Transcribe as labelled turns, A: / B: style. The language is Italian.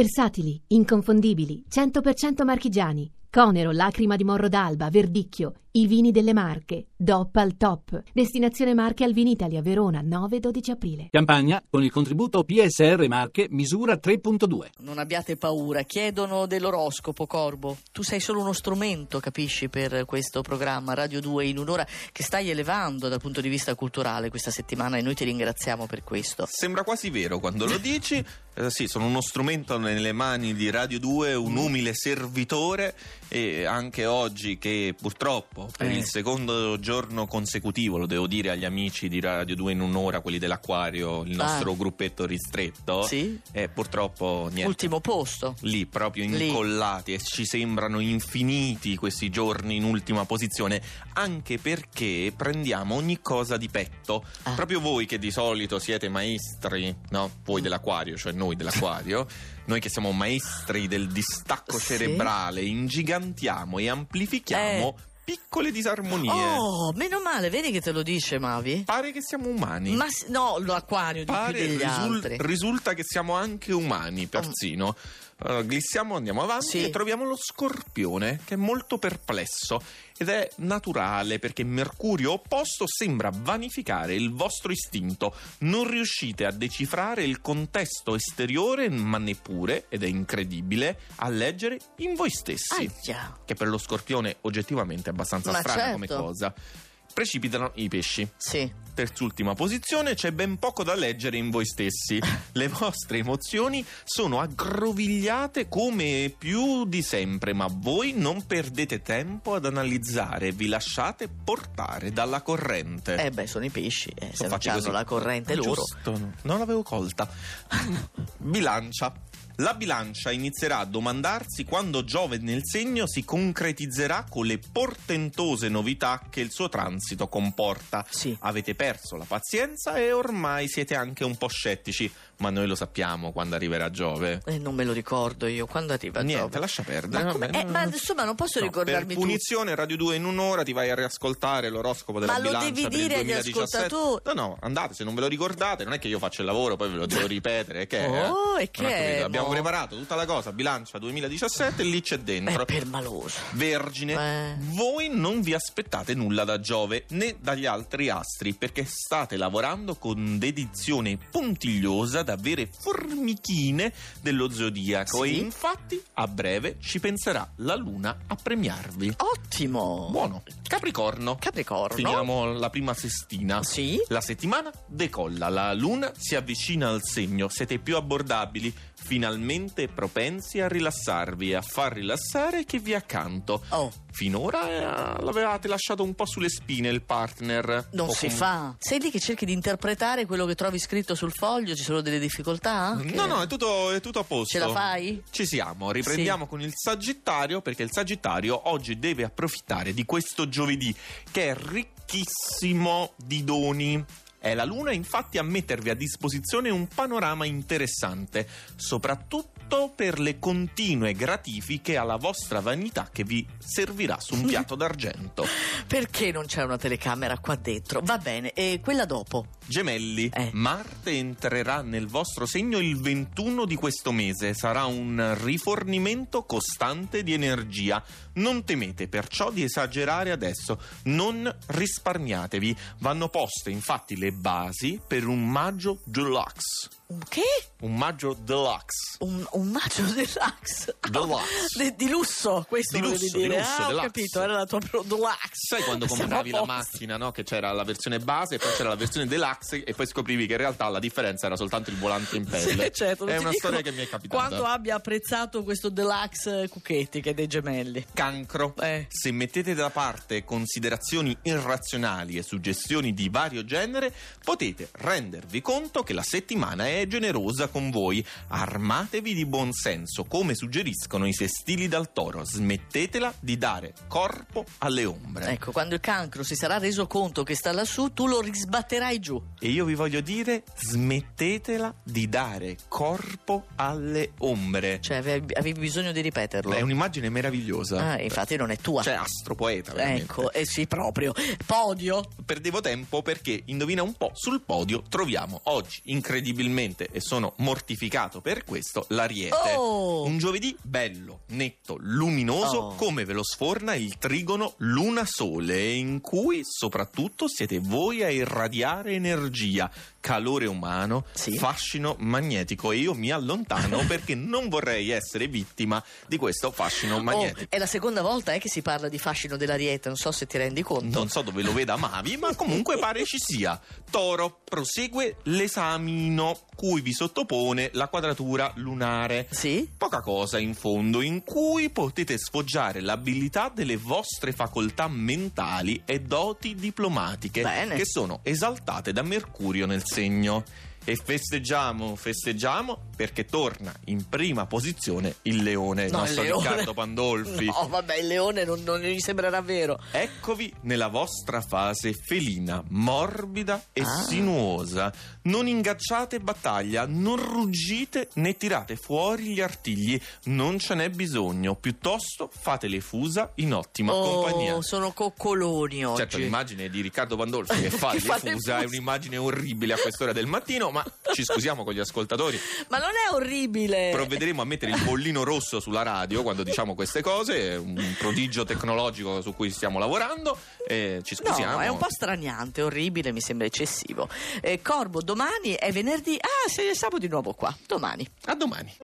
A: Versatili, inconfondibili, 100% marchigiani. Conero, Lacrima di Morro d'Alba, Verdicchio, i vini delle Marche, DOP al top. Destinazione Marche al Vinitalia, Verona, 9-12 aprile.
B: Campagna con il contributo PSR Marche misura 3.2.
C: Non abbiate paura, chiedono dell'oroscopo, Corbo. Tu sei solo uno strumento, capisci, per questo programma Radio 2 in un'ora che stai elevando dal punto di vista culturale questa settimana e noi ti ringraziamo per questo.
D: Sembra quasi vero quando lo dici. Eh, sì, sono uno strumento nelle mani di Radio 2,
C: Mm.
D: un umile servitore e anche oggi che purtroppo per
C: Eh.
D: il secondo giorno consecutivo, lo devo dire agli amici di Radio 2 in un'ora, quelli dell'Aquario, il nostro gruppetto ristretto,
C: Ah. Sì?
D: eh, purtroppo niente.
C: Ultimo posto.
D: Lì proprio
C: Lì.
D: incollati e ci sembrano infiniti questi giorni in ultima posizione, anche perché prendiamo ogni cosa di petto.
C: Ah.
D: Proprio voi che di solito siete maestri, no? Voi
C: Mm.
D: dell'acquario, cioè noi dell'acquario, noi che siamo maestri del distacco
C: Sì.
D: cerebrale, ingigantiamo e amplifichiamo piccole disarmonie.
C: Eh. Oh, meno male, vedi che te lo dice Mavi?
D: Pare che siamo umani.
C: Ma s- no, l'acquario di più
D: Pare
C: degli
D: risul-
C: altri. Mm.
D: risulta che siamo anche umani, persino. Eh, glissiamo, andiamo avanti
C: Sì.
D: e troviamo lo scorpione che è molto perplesso ed è naturale perché Mercurio opposto sembra vanificare il vostro istinto. Non riuscite a decifrare il contesto esteriore, ma neppure, ed è incredibile, a leggere in voi stessi
C: Aia.
D: che per lo scorpione oggettivamente è abbastanza
C: Ma
D: strana
C: certo.
D: come cosa. Precipitano i pesci.
C: Sì.
D: Terz'ultima posizione, c'è ben poco da leggere in voi stessi. Le vostre emozioni sono aggrovigliate come più di sempre, ma voi non perdete tempo ad analizzare, vi lasciate portare dalla corrente.
C: Eh beh, sono i pesci, eh, se
D: Sono
C: non
D: fatti
C: hanno
D: così. Ah,
C: la corrente loro.
D: Giusto, no. non l'avevo colta. bilancia. La bilancia inizierà a domandarsi quando Giove nel segno si concretizzerà con le portentose novità che il suo transito comporta.
C: Sì.
D: Avete perso la pazienza e ormai siete anche un po' scettici, ma noi lo sappiamo quando arriverà Giove.
C: Eh, non me lo ricordo io, quando arriva
D: Niente,
C: Giove?
D: lascia perdere.
C: Ma, come-
D: vabbè,
C: eh,
D: no,
C: ma
D: no.
C: insomma non posso
D: No,
C: ricordarmi
D: per punizione Radio 2 in un'ora ti vai a riascoltare l'oroscopo della
C: Ma lo
D: bilancia
C: devi
D: per il
C: dire agli
D: 2017.
C: ascoltatori.
D: No, no, andate, se non ve lo ricordate, non è che io faccio il lavoro, poi ve lo devo ripetere, che è,
C: Oh, e che
D: Non ho capito,
C: è, mo?
D: Abbiamo preparato tutta la cosa, bilancia 2017 e lì c'è
C: tu. Eh,
D: dentro.
C: per maloso.
D: Vergine,
C: Eh.
D: voi non vi aspettate nulla da Giove né dagli altri astri perché state lavorando con dedizione puntigliosa da vere formichine dello zodiaco
C: Sì.
D: e infatti a breve ci penserà la luna a premiarvi.
C: Ottimo.
D: Buono. Capricorno.
C: Oh. Capricorno.
D: Finiamo la prima sestina.
C: Sì.
D: La settimana decolla, la luna si avvicina al segno, siete più abbordabili, finalmente propensi a rilassarvi e a far rilassare chi vi è accanto.
C: Oh,
D: Finora eh, l'avevate lasciato un po' sulle spine il partner.
C: non
D: O
C: si
D: con-
C: fa. Sei lì che cerchi di interpretare quello che trovi scritto sul foglio, ci sono delle difficoltà? anche?
D: No, no, è tutto, è tutto a posto.
C: Ce la fai?
D: Ci siamo, riprendiamo con il Sagittario perché il Sagittario oggi deve approfittare di questo giovedì che è ricchissimo di doni. È la Luna infatti a mettervi a disposizione un panorama interessante, soprattutto per le continue gratifiche alla vostra vanità che vi servirà su un piatto d'argento.
C: Perché non c'è una telecamera qua dentro? Va bene, e quella dopo?
D: Gemelli,
C: Eh.
D: Marte entrerà nel vostro segno il 21 di questo mese. Sarà un rifornimento costante di energia. Non temete perciò di esagerare adesso. Non risparmiatevi. Vanno poste infatti le basi per un maggio deluxe.
C: Un che?
D: Un maggio deluxe.
C: Un, un maggio deluxe.
D: Deluxe.
C: De- di lusso, questo
D: Di
C: volevi
D: lusso,
C: dire.
D: di lusso,
C: ah, ho
D: deluxe.
C: capito, era la tua pro deluxe.
D: Sai quando
C: Siamo
D: compravi
C: a
D: la
C: posto.
D: macchina, no? Che c'era la versione base, poi c'era la versione deluxe e poi scoprivi che in realtà la differenza era soltanto il volante in pelle.
C: Sì, certo, non
D: è
C: ti
D: una
C: dico
D: storia che mi è capitata.
C: Quanto abbia apprezzato questo deluxe Cucchetti che è dei gemelli.
D: cancro.
C: Eh.
D: Se mettete da parte considerazioni irrazionali e suggestioni di vario genere, potete rendervi conto che la settimana è generosa con voi. Armatevi di buon senso, come suggeriscono i sestili dal toro. Smettetela di dare corpo alle ombre.
C: Ecco, quando il cancro si sarà reso conto che sta lassù, tu lo risbatterai giù.
D: E io vi voglio dire, smettetela di dare corpo alle ombre.
C: Cioè, ave- avevi bisogno di ripeterlo.
D: È un'immagine meravigliosa.
C: Cioè, Ah, infatti non è tua.
D: Cioè, astropoeta, veramente.
C: ecco, eh sì, proprio. Podio.
D: Perdevo tempo perché, indovina un po', sul podio troviamo oggi, incredibilmente, e sono mortificato per questo, l'Ariete.
C: Oh!
D: Un giovedì bello, netto, luminoso,
C: Oh.
D: come ve lo sforna il trigono Luna Sole, in cui soprattutto siete voi a irradiare energia, calore umano,
C: Sì.
D: fascino magnetico. E io mi allontano perché non vorrei essere vittima di questo fascino magnetico.
C: Oh, è la seconda volta eh, che si parla di fascino dell'ariete, non so se ti rendi conto.
D: Non so dove lo veda Mavi, ma comunque pare ci sia. Toro prosegue l'esamino cui vi sottopone la quadratura lunare.
C: Sì?
D: Poca cosa in fondo in cui potete sfoggiare l'abilità delle vostre facoltà mentali e doti diplomatiche
C: Bene.
D: che sono esaltate da Mercurio nel segno. E festeggiamo, festeggiamo perché torna in prima posizione il leone, il
C: No, il
D: nostro
C: leone.
D: Riccardo Pandolfi.
C: No, vabbè, il leone non, non gli sembrerà vero.
D: Eccovi nella vostra fase felina, morbida e
C: Ah.
D: sinuosa. Non ingaggiate battaglia, non ruggite né tirate fuori gli artigli, non ce n'è bisogno. Piuttosto fatele fusa in ottima
C: oh,
D: compagnia.
C: sono coccoloni oggi.
D: Certo, l'immagine di Riccardo Pandolfi che fa
C: Che
D: le
C: fa le
D: fusa è
C: fusa.
D: un'immagine orribile a quest'ora del mattino, ma ci scusiamo con gli ascoltatori.
C: Ma non è orribile.
D: Provvederemo a mettere il bollino rosso sulla radio quando diciamo queste cose, è un prodigio tecnologico su cui stiamo lavorando. E ci scusiamo.
C: No, è un po' straniante, orribile, mi sembra eccessivo. Eh, Corbo, domani è venerdì. Ah, sei sabato di nuovo qua. Domani.
D: A domani.